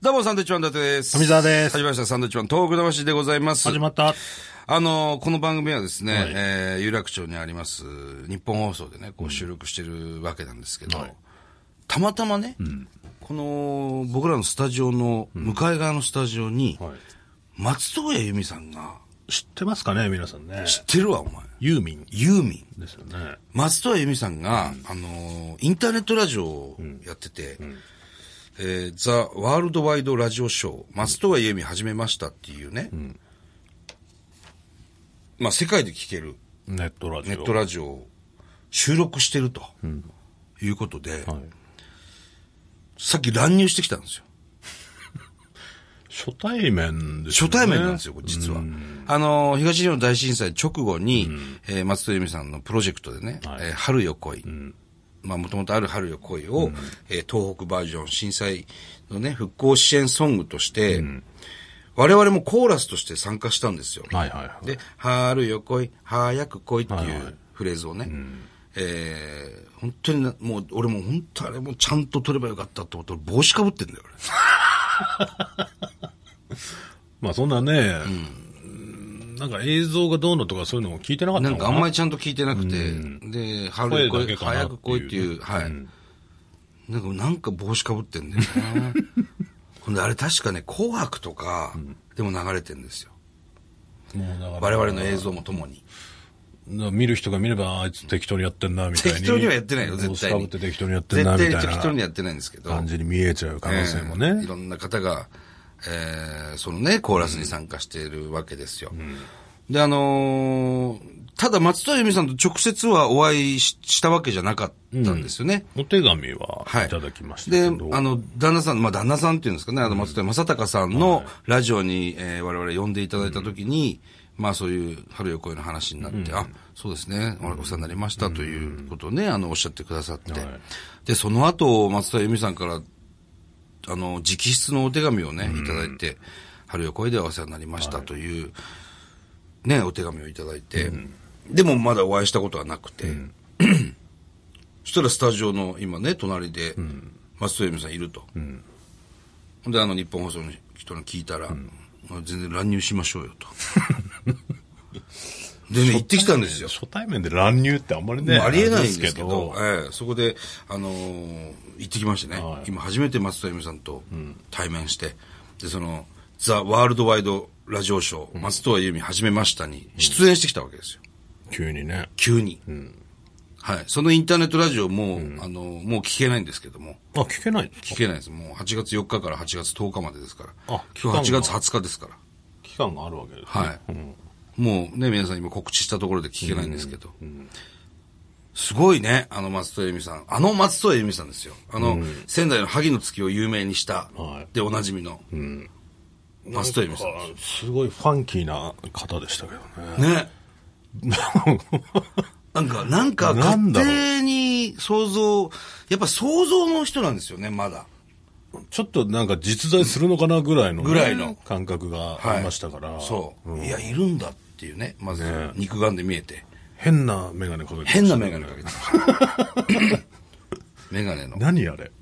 どうも、サンドイッチマン伊達です。富澤です始まりました、サンドイッチマン、東北魂でございます。始まった。あの、この番組はですね、はいえー有楽町にあります、日本放送でね、こう収録してるわけなんですけど、たまたまね、この、僕らのスタジオの、向かい側のスタジオに、松任谷由実さんが、知ってますかね、皆さんね。知ってるわ、お前。ユーミンユーミン。ですよね。松任谷由実さんが、あのー、インターネットラジオをやってて、えーザ・ワールドワイドラジオショー、松任谷由実始めましたっていうね、まあ世界で聴けるネットラジオ。ネットラジオを収録してると、いうことで、はい。さっき乱入してきたんですよ。初対面ですよ初ね。対面なんですよ、これ実は。あのー、東日本大震災直後に、えー松戸由美さんのプロジェクトでね、はいえー春よ来い。まあ、もともとある春よ来いを、えー東北バージョン震災のね、復興支援ソングとして、我々もコーラスとして参加したんですよ。はいはいはい。で、春よ来い、早く来いっていはいはういフレーズをね、えー本当にな、もう、俺も本当あれもちゃんと取ればよかったと思って、俺帽子かぶってんだよ、俺。まあそんなね、うんなんか映像がどうのとかそういうのも聞いてなかったなのんかかあなんまりちゃんと聞いてなくて、で、春よ来声だい、けかな早く来いっていう、はい。なんか、なんか帽子かぶってんだ よね。ほんで、あれ確かね、紅白とか、でも流れてんですよ。もうだから我々の映像もともに。見る人が見れば、あいつ適当にやってんな、みたいに。適当にはやってないよ、帽絶子対かぶに。って適当にやってんな、みたい絶対適当になやってないんですけど。感じに見えちゃう可能性もねえーい。ろんな方が、えーそのね、コーラスに参加しているわけですよ。で、あのーただ松任谷由実さんと直接はお会いししたわけじゃなかったんですよね。お手紙ははい。いただきましたで、けあど。の、旦那さん、まあ、旦那さんっていうんですかね、あの、松任谷正隆さんのラジオに、えー我々呼んでいただいたときに、まあ、そういう、春よ来いの話になって、あ、そうですね、おお世話になりましたということをね、あの、おっしゃってくださって。はいで、その後、松任谷由実さんから、あの、直筆のお手紙をね、いただいて、春よ来いではお世話になりましたという、ね、お手紙をいただいて、でもまだお会いしたことはなくて、そしたらスタジオの今ね、隣で、松任谷由実さんいると。で、あの、日本放送の人に聞いたら、まあ全然乱入しましょうよと。 でね、行ってきたんですよ。初対面で乱入ってあんまりね、もうありえないんれですけど、ええそこで、あのー行ってきましてね、はい今初めて松田由美さんと対面して、で、その、ザ・ワールドワイドラジオショー、松任谷由実始めましたに出演してきたわけですよ。急にね。急に。はい。そのインターネットラジオも、あのーもう聞けないんですけども、あ、聞けないんですか聞けないです。もう8月4日から8月10日までですから。あ今日8期間が月20日ですから。期間があるわけですね。はい。もうね、皆さん今告知したところで聞けないんですけど。すごいね、あの松任谷由実さん。あの松任谷由実さんですよ。あの、仙台の萩の月を有名にした、はいで、おなじみの、松任谷由実さんですあすごいファンキーな方でしたけどね。 ね。なんか、なんか、な勝んだろう手に想像、やっぱ想像の人なんですよね、まだ。ちょっとなんか実在するのかなぐらいのね、ぐらいの感覚がありましたから。そう。いや、いるんだっていうね、まず、肉眼で見えて。変なメガネかけてました変なメガネかけてま したメガネの。何あれ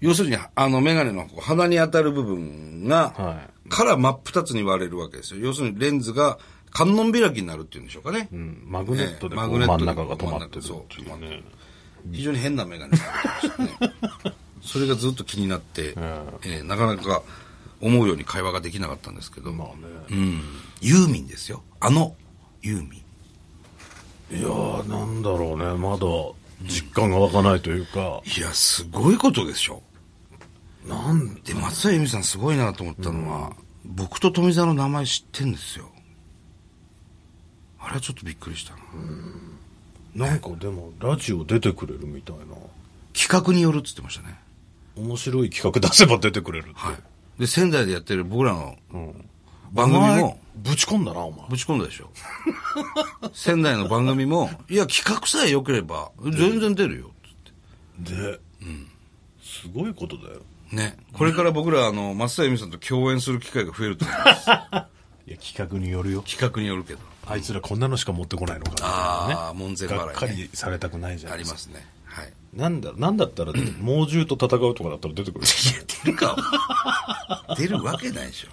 要するに、あの、メガネのこう鼻に当たる部分が、はから真っ二つに割れるわけですよ。要するにレンズが観音開きになるっていうんでしょうかね。うんマグネットでこええマうグネット真でん中が止まってるっていそううね。非常に変なメガネかけてました ね。それがずっと気になって、ええなかなか思うように会話ができなかったんですけど、まあうね。ん、ユーミンですよ。あの、ユーミン。いやー、なんだろうね。まだ実感が湧かないというか。いや、すごいことでしょ。なんで、松田由美さんすごいなと思ったのは、僕と富澤の名前知ってんですよ。あれはちょっとびっくりしたな。なんかでも、ラジオ出てくれるみたいな。企画によるって言ってましたね。面白い企画出せば出てくれるって。はい。で、仙台でやってる僕らのうん番組も、お前ぶち込んだな、お前。ぶち込んだでし ょ。仙台の番組も、いや、企画さえ良ければ、全然出るよ。で、すごいことだよ。ね。これから僕ら、あの、松田由美さんと共演する機会が増える と思います。いや、企画によるよ。企画によるけど。あいつらこんなのしが持ってこないのかな、ああ、門前払い、ね。がっかりされたくないじゃあないりですまか。すね。はい。なんだ、なん だったら、猛獣と戦うとかだったら出て くる。 出るか。 出るわけないでしょ。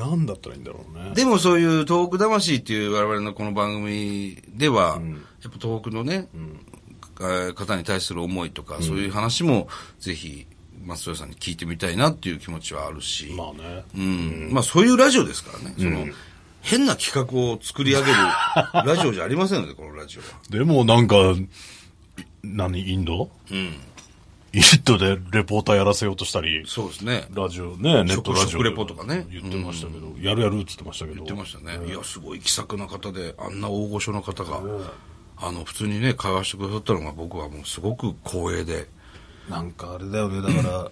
なんだったらいいんだろうね。でもそういう東北魂っていう我々のこの番組では、やっぱ東北のね、えー方に対する思いとか、そういう話もぜひ松任谷さんに聞いてみたいなっていう気持ちはあるし。まあね。うんまあそういうラジオですからね。その、変な企画を作り上げるラジオじゃありませんので、このラジオは。でもなんか、何、インドうん。インドでレポーターやらせようとしたり、そうですね。ラジオね、ネットラジオ。食レポとかね言ってましたけど、やるやるって言ってましたけど。言言ってましたね。いや、すごい気さくな方で、あんな大御所の方が、あの、普通にね、会話してくださったのが僕はもうすごく光栄で。なんかあれだよね、だから、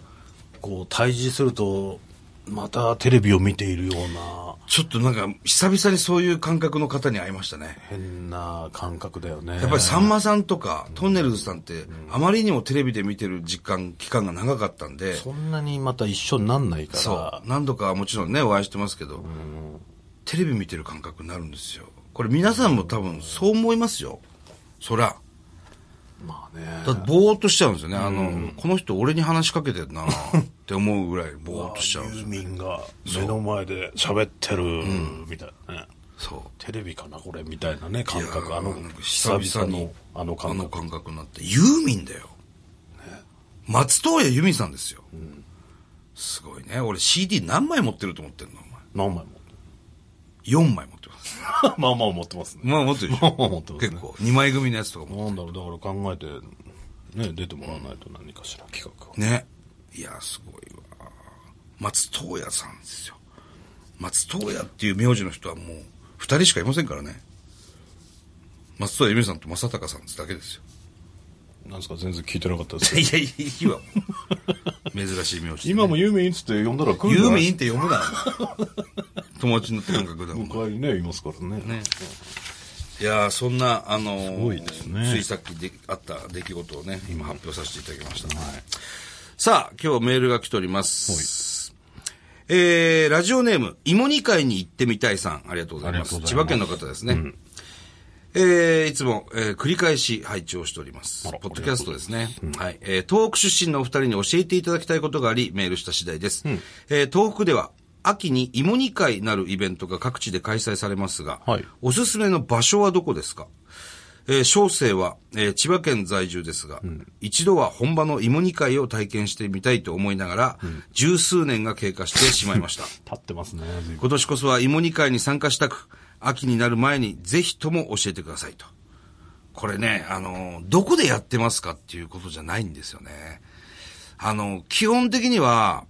こう、対峙すると、またテレビを見ているような、ちょっとなんか、久々にそういう感覚の方に会いましたね。変な感覚だよね。やっぱりさんまさんとか、トンネルズさんって、あまりにもテレビで見てる時間、期間が長かったんで、そんなにまた一緒になんないから。そう。何度かもちろんね、お会いしてますけど、テレビ見てる感覚になるんですよ。これ皆さんも多分そう思いますよ。そら。まあね。だってぼーっとしちゃうんですよね。あの、この人俺に話しかけてるなって思うぐらいぼーっとしちゃうんですユよー。ミンが目の前で喋ってる、みたいなね。そう。テレビかなこれみたいなね、感い覚。やあのなんか、久々の、あのあ感の覚。感覚になって。ユーミンだよ。松任谷由実さんですよ。すごいね。俺 CD 何枚持ってると思ってんの何枚も。お前。4枚持ってます。まあまあ持ってますね。 まあ持ってるでしまあょ。まあ持ってます結ね。構。2枚組のやつとかも。なんだろう、だから考えて、ね、出てもらわないと何かしら企画を。ね。いや、すごいわ。松任谷さんですよ。松任谷っていう名字の人はもう、二人しかいませんからね。松任谷由実さんと正隆さんだけですよ。なんですか、全然聞いてなかったですけ いど。や、いいわ。 珍しい名字、今も、ユーミンっつって呼んだら来るんじゃユーないミンって読むな。 友達の感覚だもん。向かいにね、いますからね。ねいやーそんな、あのーごいですねついさっきであった出来事をね、今発表させていただきました。さあ、今日メールが来ております。えー、ラジオネーム、芋煮会に行ってみたいさん、ありがとうございます。ありがと千うご葉ざ県いまのす方ですね。えー、いつも、えー繰り返し拝聴しておりますあら。ポッドキャストですね。はい。えー、東北出身のお二人に教えていただきたいことがあり、メールした次第です。えー、東北では、秋に芋煮会なるイベントが各地で開催されますが、はいおすすめの場所はどこですかえー小生は、えー千葉県在住ですが、一度は本場の芋煮会を体験してみたいと思いながら、十数年が経過してしまいました。立ってますね、随分今年こそは芋煮会に参加したく、秋になる前にぜひとも教えてくださいと。これね、あの、どこでやってますかっていうことじゃないんですよね。あの、基本的には、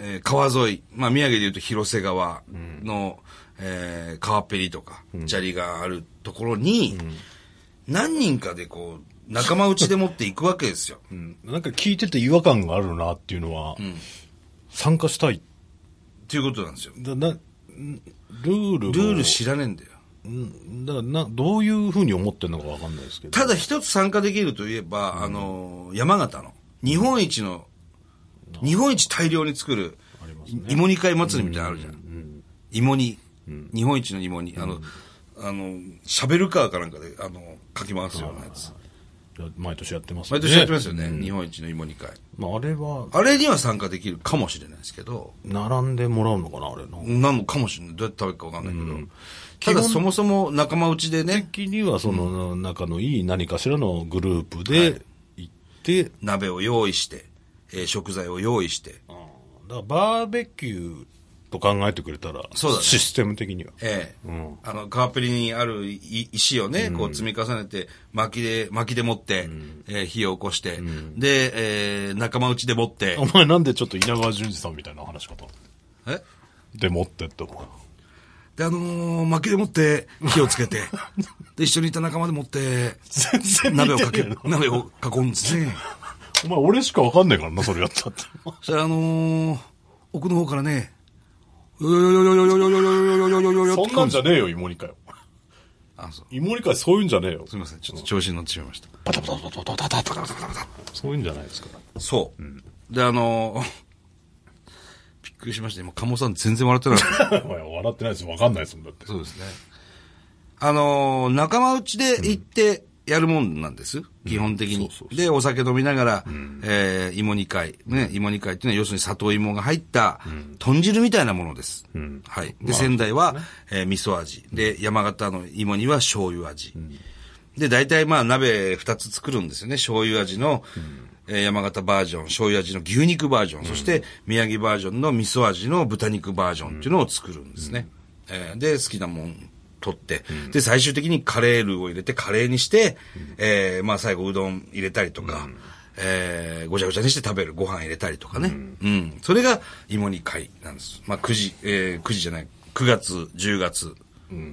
えー川沿い、まあ宮城で言うと広瀬川の、えー川っぺりとか、砂利があるところに、何人かでこう、仲間内でもって行くわけですよ。うんなんか聞いてて違和感があるなっていうのは、参加したい。っていうことなんですよ。だなルールをルール知らねえんだよ。うんだからな、どういうふうに思ってるのかわかんないですけど。ただ一つ参加できるといえば、あの、山形の、日本一の、日本一大量に作る、芋煮会祭りみたいなのあるじゃん。芋煮。日本一の芋煮。あの、あの、シャベルカーかなんかで、あの、かき回すようなやつ。いや毎年やってますよ毎年やってますよね。日本一の芋煮会。まあ、あれは、あれには参加できるかもしれないですけど、並んでもらうのかな、あれの。なのかもしれない。どうやって食べるかわかんないけど。ただそもそも仲間内でね、時には、その、仲のいい何かしらのグループで行って、鍋を用意して、えー食材を用意して、あーだからバーベキューと考えてくれたら、そうだねシステム的には。ええうんあの、川っぺりにあるい石をね、こう積み重ねて、薪で、薪で持って、えー火を起こして、で、えー仲間内で持ってお、前なんでちょっと稲川淳二さんみたいな話し方えで持ってって思う。で、あのー薪で持って、火をつけて、で、一緒にいた仲間で持って、全然鍋を見かてけねえるな、鍋を囲んですね。お前俺しかわかんないからな、それやっ たって。そしたら、あのー奥の方からね、よよよよよよよよよよよよよよよそんなんじゃねえよ、芋煮会。あ、そう。芋煮会そういうんじゃねえよす。みません、ちょっと調子に乗ってしまいました。バタバタバタバタバタバタバタそういうんじゃないですから。そう。で、あのー びっくりしました。今、鴨さん全然笑ってなか った。お前笑ってないです。わかんないですもん、だって。そうですね。あのー仲間内で行って、やるもんなんです。基本的に。で、お酒飲みながら、えー芋煮会。ね、芋煮会っていうのは要するに里芋が入った豚汁みたいなものです。はい。で、仙台は、えー味噌味。で、山形の芋煮は醤油味。で、大体まあ鍋2つ作るんですよね。醤油味の、えー山形バージョン、醤油味の牛肉バージョン、そして宮城バージョンの味噌味の豚肉バージョンっていうのを作るんですね。えーで、好きなもん取って、で、最終的にカレールーを入れてカレーにして、えーまあ最後うどん入れたりとか、えーごちゃごちゃにして食べる。ご飯入れたりとかね。うん。それが芋煮会なんです。まあ9時、えー9時じゃない、9月、10月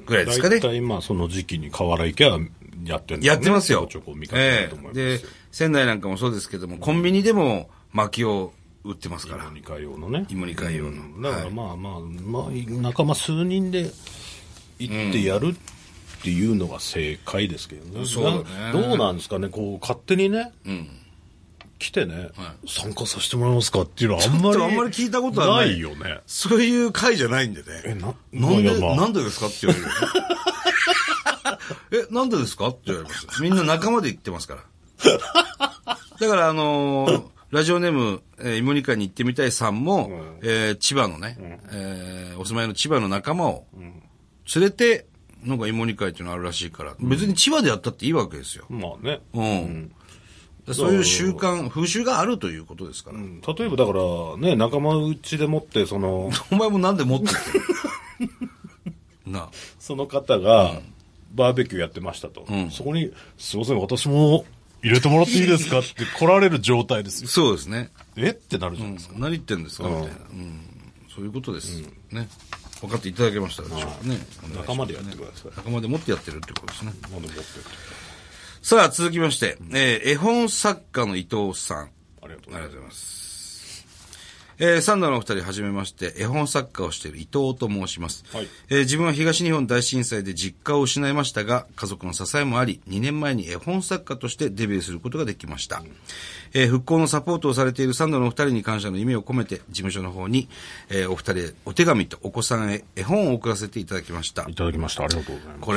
ぐらいですかね。大体まあその時期に河原池はやってんだよねやってますちよょこちょこ見。かけるえと思いえますで、よ。仙台なんかもそうですけども、コンビニでも薪を売ってますから芋、煮会用のね。芋煮会用の。だからまあまあ、まあ、仲間数人で行ってやるっていうのが正解ですけどね。そうだねなどうなんですかね、こう、勝手にね、来てね、参加させてもらえますかっていうのはあんまちょっり。とあんまり聞いたことはないよね。そういう会じゃないんでね。えななんまあいで、やまあなんでですかって言われるよね。 え、なんでですかって言われます。みんな仲間で行ってます から。だからあのーラジオネーム、えー、芋煮会に行ってみたいさんも、えー千葉のね、えーお住まいの千葉の仲間を連れて、なんか芋煮会っていうのあるらしいから、別に千葉でやったっていいわけですよ。まあね。うん。そういう習慣、風習があるということですから。うん例えばだから、ね、仲間内でもって、その、お前もなんで持ってき てんのなあ。その方が、バーベキューやってましたと。そこに、すいません、私も入れてもらっていいですかって来られる状態ですよ。そうですね。えってなるじゃないですか。何言ってんですかみたいな。うん。そういうことです。ね。分かっていただけましたでしょうかね。仲間でやってください。仲間で持ってやってるってことですね。まあでも持ってってさあ、続きまして、えー絵本作家の伊藤さん。ありがとうごありざがといますうご。ざいます。えーサンダーのお二人はじめまして、絵本作家をしている伊藤と申します、はいえー自分は東日本大震災で実家を失いましたが、家族の支えもあり、2年前に絵本作家としてデビューすることができました。えー復興のサポートをされているサンダーのお二人に感謝の意味を込めて、事務所の方に、えーお二人へお手紙とお子さんへ絵本を送らせていただきましたい。ただきました。ありがとうございます。こ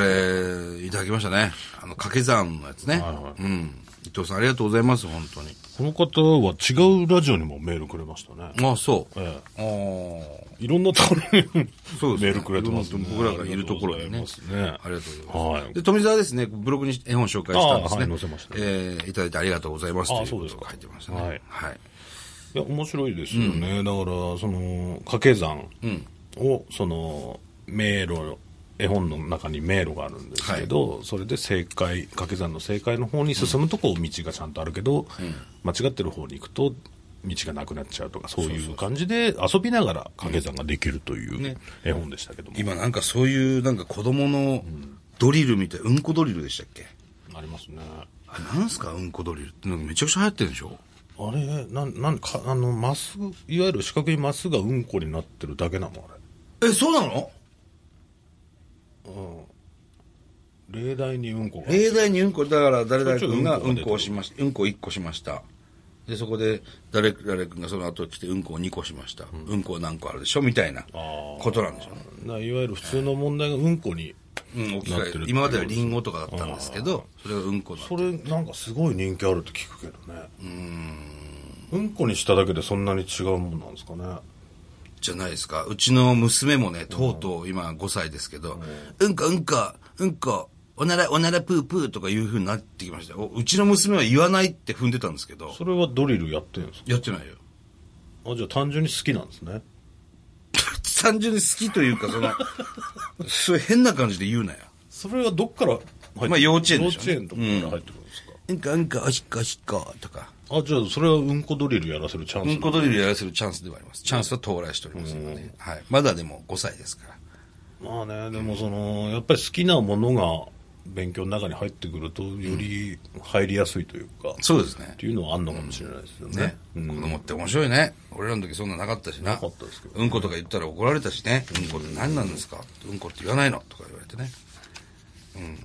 れ、いただきましたね。あの、掛け算のやつね。はいはいうん。伊藤さんありがとうございます、本当に。この方は違うラジオにもメールくれましたね。ああ、そう。えああ。いろんなところにそうですねメールくれてますね。僕らがいるところにねありがとうございますありがとうございます。はい。で、富澤ですね、ブログに絵本紹介したんですね。あはい載せましたねえーいただいてありがとうございます。あといそうですことかが書いてましたね。はいはい。いや、面白いですよね。だから、その、掛け算を、その、迷路、絵本の中に迷路があるんですけど、それで正解、掛け算の正解の方に進むとこう、道がちゃんとあるけど、間違ってる方に行くと、道がなくなっちゃうとか、そういう感じで遊びながら掛け算ができるという絵本でしたけども。今なんかそういう、なんか子供のドリルみたい、うんこドリルでしたっけありますね。あれ、なんすかうんこドリルって。なんかめちゃくちゃ流行ってるでしょあれ、なん、なんか、あの、マス、いわゆる四角いマスがうんこになってるだけなの、あれ。え、そうなの例題にうんこが。例題にうんこ、だから誰々君がうんこをしました。うんこ1個しました。で、そこで誰々君がその後来てうんこを2個しました。うんこ何個あるでしょみたいなことなんでしょうね。ないわゆる普通の問題がうんこに、うん、置きなって換るえ今まではリンゴとかだったんですけど、それがうんこだ。それなんかすごい人気あるって聞くけどねうんこにしただけでそんなに違うもんなんですかねじゃないですか。うちの娘もね、とうとう今5歳ですけど、うんこうんこ、うんこ、おなら、おならぷーぷーとかいう風になってきましたよ。おうちの娘は言わないって踏んでたんですけど、それはドリルやってるんですやってないよ。 かあじゃあ単純に好きなんですね単純に好きというか、その、 そういう変な感じで言うなよ。それはどっから入ってまあ幼稚園でしょうね幼稚園とかから入ってくるんですか、うんこうんこ、おしっこおしっことか。あじゃあそれはうんこドリルやらせるチャンスうなんんだ、こドリルやらせるチャンスではあります。チャンスは到来しておりますので、はい。まだでも5歳ですから。まあねでもそのやっぱり好きなものが勉強の中に入ってくるとより入りやすいというか、っそうですね。ていうのはあんのかもしれないですよねね、うん子供って面白いね。俺らの時そんななかったしな。かったですけどうんことか言ったら怒られたしね。うんこって何なんですかうんこって言わないのとか言われてね。うん。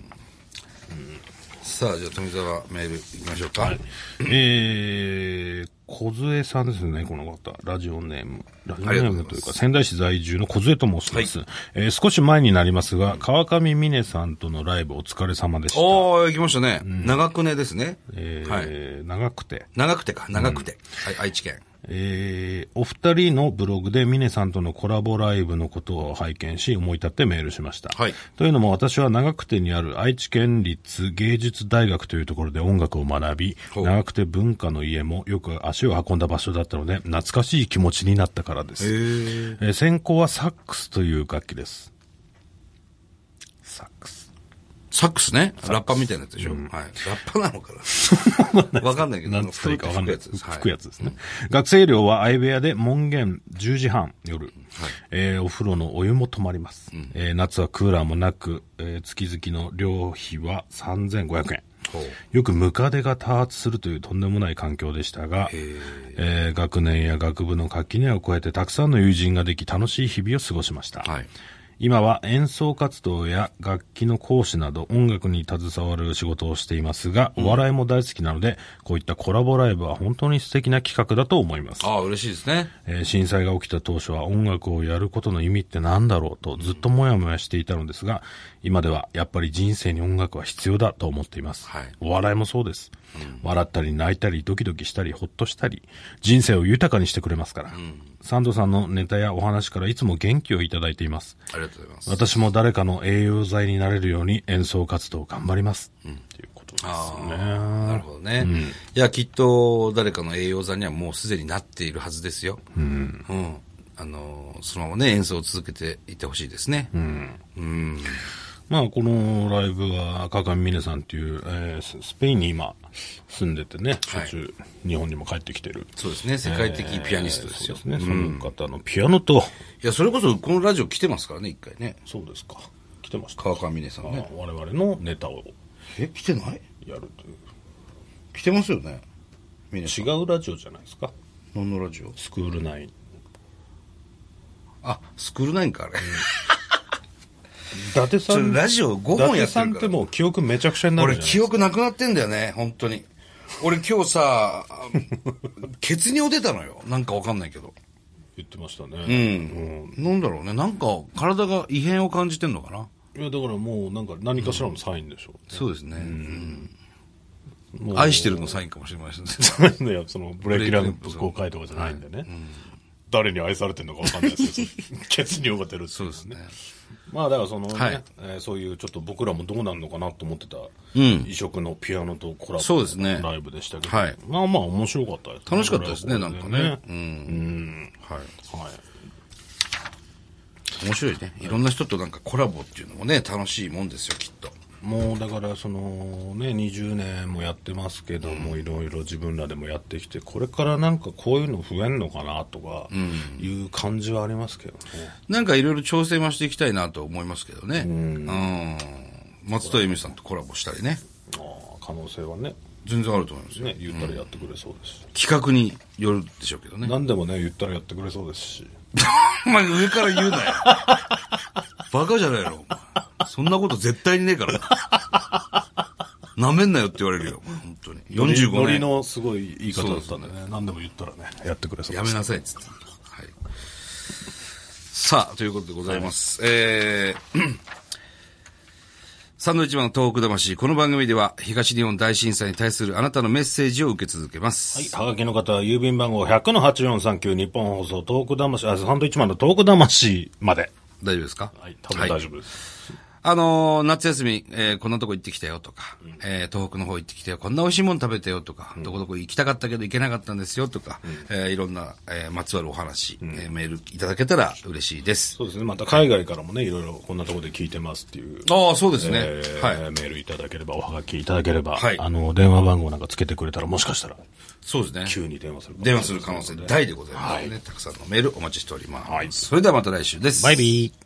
さあ、じゃあ、富澤メール行きましょうか。はい。えー、小杖さんですね、この方。ラジオネーム。ラジオネームというか、仙台市在住の小杖と申します。えー少し前になりますが、川上美音さんとのライブお疲れ様でした。おー、行きましたね。長久根ですね。えーはい。長くて。長くてか、長くて。はい、愛知県。えーお二人のブログでミネさんとのコラボライブのことを拝見し、思い立ってメールしました。はいというのも私は長久手にある愛知県立芸術大学というところで音楽を学び、ほう長久手文化の家もよく足を運んだ場所だったので、懐かしい気持ちになったからです。ええー専攻はサックスという楽器です。サックス。サックスね。ラッパみたいなやつでしょ。はい。ラッパなのかなわかんないけど、なんつったらいいかわかんない。吹くやつですはい吹くやつですね。学生寮は相部屋で門限10時半夜、えーお風呂のお湯も止まります。えー夏はクーラーもなく、えー月々の寮費は3500円。ほうよくムカデが多発するというとんでもない環境でしたが、えー学年や学部の垣根を越えてたくさんの友人ができ楽しい日々を過ごしました。はい。今は演奏活動や楽器の講師など音楽に携わる仕事をしていますが、お笑いも大好きなので、こういったコラボライブは本当に素敵な企画だと思います。ああ、嬉しいですね。えー震災が起きた当初は音楽をやることの意味って何だろうとずっともやもやしていたのですが、今ではやっぱり人生に音楽は必要だと思っています。はいお笑いもそうです、笑ったり泣いたりドキドキしたりほっとしたり、人生を豊かにしてくれますから。サンドさんのネタやお話からいつも元気をいただいています。ありがとうございます。私も誰かの栄養剤になれるように演奏活動を頑張ります。っていうことですなるね。ほどね。いや、きっと誰かの栄養座にはもうすでになっているはずですよ。うん。あの、そのままね、演奏を続けていってほしいですね。うん。まあ、このライブは、川上美音さんっていう、えーススペインに今住んでてね、はい途中、日本にも帰ってきてる。そうですね、世界的ピアニストですよ。えーそうですね。その方のピアノと、いや、それこそこのラジオ来てますからね、一回ね。そうですか。来てました。川上美音さんね。我々のネタをえ、来てないやるという。来てますよね。みねさん。違うラジオじゃないですか。何のラジオスクール内。あ、スクールナインか、あれ。伊達さそれん、伊ラジオ5本やってるから達さんってもう記憶めちゃくちゃになる俺じゃない記憶なくなってんだよね、本当に。俺今日さ、 血尿出たのよ。なんかわかんないけど。言ってましたね。なんだろうね。なんか体が異変を感じてんのかな。いやだからもうなんか何かしらのサインでしょそうですね。うんう、もう愛してるのサインかもしれませんね。いやそのブレーキランプ公開とかじゃないんでね、誰に愛されてるのかわかんないで すよ血尿が出るっていそうですね。まあだからそのね、はいえーそういうちょっと僕らもどうなるのかなと思ってた、異色のピアノとコラボそうですねライブでしたけど、はいまあまあ面白かったです、楽しかったですね、なんかね。うん。はい。はい面白いね。いろんな人となんかコラボっていうのもね、楽しいもんですよ、きっと。もうだからそのね20年もやってますけどもいろいろ自分らでもやってきてこれからなんかこういうの増えんのかなとかいう感じはありますけどね、なんかいろいろ調整もしていきたいなと思いますけどね。うん。松戸由美さんとコラボしたりね。ああ可能性はね全然あると思いますよ。ね言ったらやってくれそうですし、企画によるでしょうけどね。何でもね言ったらやってくれそうですしお前上から言う なよ。バカじゃないの、お前。そんなこと絶対にねえから。なめんなよって言われるよ、お前本当に。ノリ45年。のすごい言い方だったんでね何でも言ったらね やってくれそうやでめすなさい、つって。はい。さあ、ということでございます。えー、サンドウィッチマンの東北魂。この番組では、東日本大震災に対するあなたのメッセージを受け続けます。はい。はがきの方は、郵便番号100-8439、日本放送、トーク魂、あ、サンドイッチマンのトーク魂まで。大丈夫ですかはい。多分大丈夫です。あのー夏休み、えーこんなとこ行ってきたよとか、えー東北の方行ってきたよ、こんな美味しいもの食べたよとか、どこどこ行きたかったけど行けなかったんですよとか、えーいろんな、えーまつわるお話、えーメールいただけたら嬉しいです。そうですね。また海外からもね、いろいろこんなところで聞いてますっていう。ああ、そうですね。えーはい。メールいただければ、おはがきいただければ、はいあの、電話番号なんかつけてくれたら、もしかしたら、そうですね。急に電話するかも電しれない話する可能性大でございますので、はたくさんのメールお待ちしております。はいそれではまた来週です。バイビー。